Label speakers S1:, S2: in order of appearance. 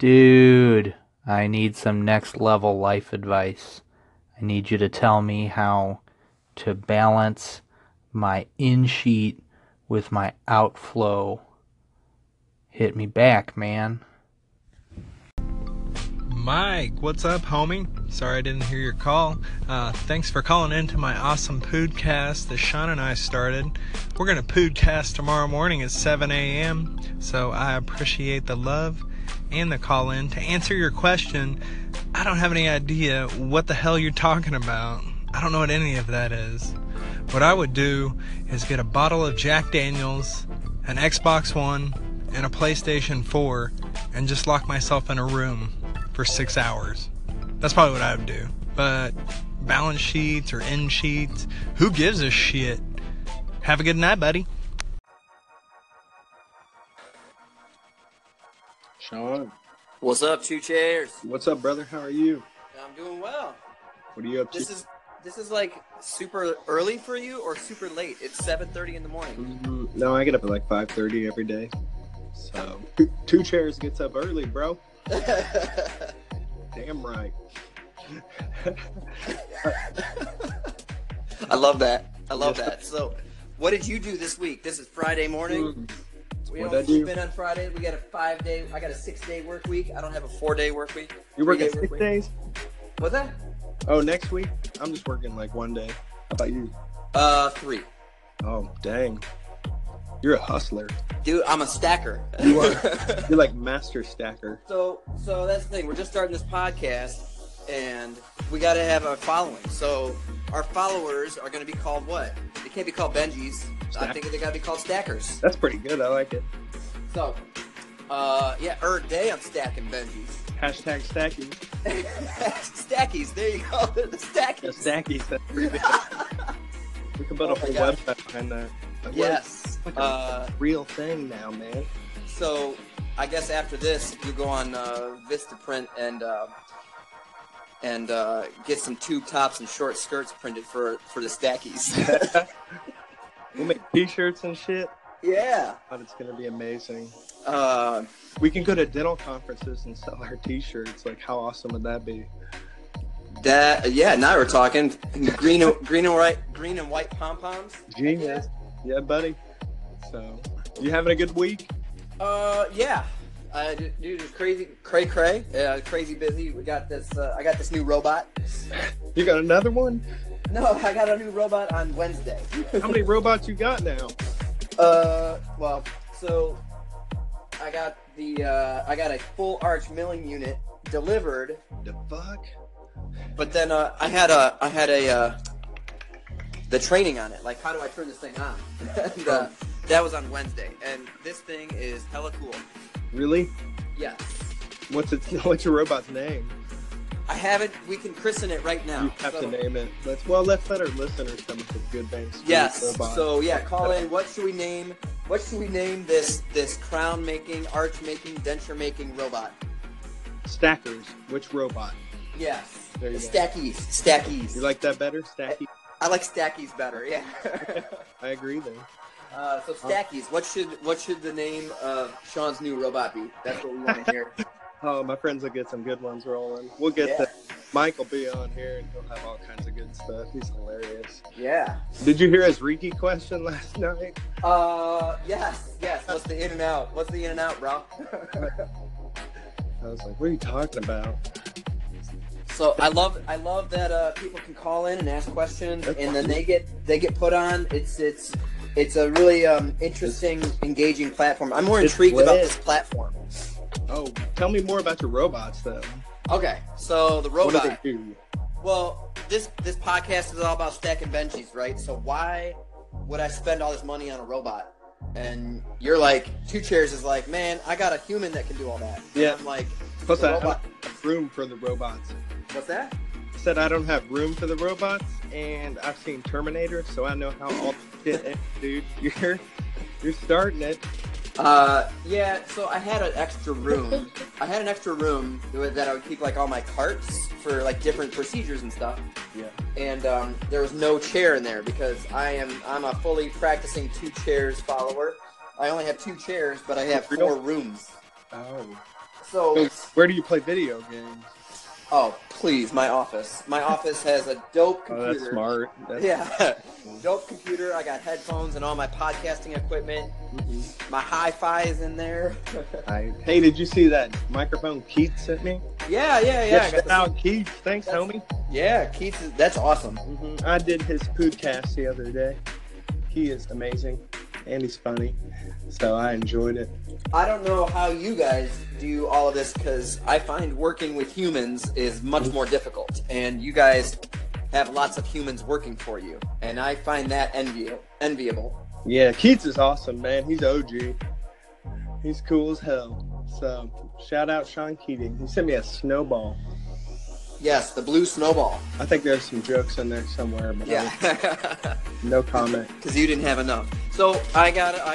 S1: Dude, I need some next level life advice. I need you to tell me how to balance my in sheet with my outflow. Hit me back, man.
S2: Mike, what's up, homie? Sorry I didn't hear your call. Uh, thanks for calling in to my awesome podcast that Sean and I started. We're going to podcast tomorrow morning at 7 a.m., so I appreciate the love and the call in. To answer your question, I don't have any idea what the hell you're talking about. I don't know what any of that is. What I would do is get a bottle of Jack Daniels, an Xbox One, and a PlayStation 4 and just lock myself in a room for six hours. That's probably what I would do. But balance sheets or end sheets, who gives a shit? Have a good night, buddy.
S3: Sean,
S4: What's up, two chairs?
S3: what's up, brother? How are you?
S4: I'm doing well.
S3: What are you up to?
S4: This is this is like super early for you or super late. It's 7:30 in the morning.
S3: Mm, no, I get up at like 5:30 every day. So two, two chairs gets up early, bro. Damn right.
S4: I love that. I love that. So, what did you do this week? This is Friday morning. We
S3: What'd
S4: don't
S3: I do?
S4: sleep in on Friday. We got a five day. I got a six day work week. I don't have a four day work week.
S3: You working
S4: Three-day
S3: six
S4: week.
S3: days?
S4: What's that?
S3: Oh, next week? I'm just working like one day. How about you?
S4: Uh, three.
S3: Oh, dang. You're a hustler.
S4: Dude, I'm a stacker.
S3: You You're like master stacker.
S4: So, so that's the thing. We're just starting this podcast, and we got to have a following. So, our followers are going to be called what? They can't be called Benjis. I
S3: Stack-
S4: think they got to be called Stackers.
S3: That's pretty good. I like it.
S4: So, uh, yeah, er, day I'm stacking Benjis.
S3: Hashtag stacking.
S4: Stackies, there you go. They're the
S3: Yeah,
S4: Stackies.
S3: stackies. That's pretty good. we can build
S4: Oh
S3: a
S4: my
S3: whole
S4: gosh.
S3: website behind that. That
S4: Yes.
S3: works.
S4: Uh,
S3: real thing now, man.
S4: so, I guess after this, you go on uh, Vista Print and. Uh, and uh, get some tube tops and short skirts printed for for the stackies.
S3: We'll make t-shirts and shit.
S4: yeah.
S3: God, it's gonna be amazing.
S4: Uh,
S3: We can go to dental conferences and sell our t-shirts. Like, how awesome would that be?
S4: That yeah, now we're talking green, and- green and white, green and white pom poms.
S3: Genius. Yeah, buddy. So, you having a good week?
S4: Uh, yeah, uh, dude, it's crazy, cray cray, uh, crazy busy. We got this. Uh, I got this new robot.
S3: You got another one?
S4: No, I got a new robot on Wednesday.
S3: How many robots you got now?
S4: Uh, well, so I got the uh, I got a full arch milling unit delivered,
S3: The fuck?
S4: but then uh, I had a I had a uh, the training on it. Like, how do I turn this thing on? and, uh, that was on Wednesday, and this thing is hella cool.
S3: Really?
S4: Yes.
S3: What's its What's your robot's name?
S4: I haven't. We can christen it right now.
S3: You have to
S4: So-
S3: name it. Let's. Well, let's let our listeners come up with good names. for
S4: Yes.
S3: this robot.
S4: So yeah, call in. What should we name? What should we name this this crown making, arch making, denture making robot?
S3: stackers. Which robot?
S4: Yes.
S3: There you go.
S4: Stackies. Stackies.
S3: You like that better, Stacky?
S4: I like stackies better. Yeah.
S3: I agree. Then.
S4: uh, so stackies. What should what should the name of Sean's new robot be? That's what we want to hear.
S3: Oh, my friends will get some good ones rolling. We'll get
S4: Yeah.
S3: the Mike will be on here and he'll have all kinds of good stuff. He's hilarious.
S4: yeah.
S3: Did you hear his Riki question last night?
S4: Uh. Yes. Yes. What's the in and out? What's the in and out, bro?
S3: I was like, what are you talking about?
S4: So I love I love that uh, people can call in and ask questions, and then they get they get put on. It's it's it's a really um, interesting, engaging platform. I'm more
S3: It's
S4: intrigued about
S3: lit.
S4: this platform.
S3: Oh, tell me more about your robots though.
S4: Okay, so the
S3: What do
S4: robot.
S3: they do?
S4: Well, this this podcast is all about stacking benches, right? So why would I spend all this money on a robot? And you're like, two chairs is like, man, I got a human that can do all that. And
S3: Yeah.
S4: I'm like,
S3: Plus,
S4: the
S3: I don't
S4: robot-
S3: have room for the robots.
S4: what's that?
S3: I said I don't have room for the robots, and I've seen Terminator, so I know how all shit, is, dude. You're you're starting it.
S4: Uh, yeah, so I had an extra room. I had an extra room that I would keep like all my carts for like different procedures and stuff.
S3: Yeah.
S4: And um, there was no chair in there because I am I'm a fully practicing two chairs follower. I only have two chairs, but I have
S3: Real?
S4: four rooms.
S3: Oh,
S4: So,
S3: Where do you play video games?
S4: oh please, my office. My office has a dope
S3: Oh,
S4: computer.
S3: that's smart. That's,
S4: Yeah, dope computer. I got headphones and all my podcasting equipment.
S3: Mhm.
S4: My hi-fi is in there.
S3: I, hey, did you see that microphone Keith sent me?
S4: yeah, yeah, yeah. I got
S3: Shout
S4: the-
S3: out Keith. Thanks,
S4: That's-
S3: homie.
S4: yeah, Keith. Is, that's awesome.
S3: hmm I did his podcast the other day. He is amazing, and he's funny, so I enjoyed it.
S4: I don't know how you guys do all of this because I find working with humans is much more difficult, and you guys have lots of humans working for you, and I find that enviable. Enviable.
S3: Yeah, Keats is awesome, man. He's OG. He's cool as hell. So shout out Sean Keating. He sent me a snowball.
S4: Yes, the blue snowball.
S3: I think there's some jokes in there somewhere, but I
S4: Yeah,
S3: mean, no comment.
S4: because you didn't have enough. So I got I got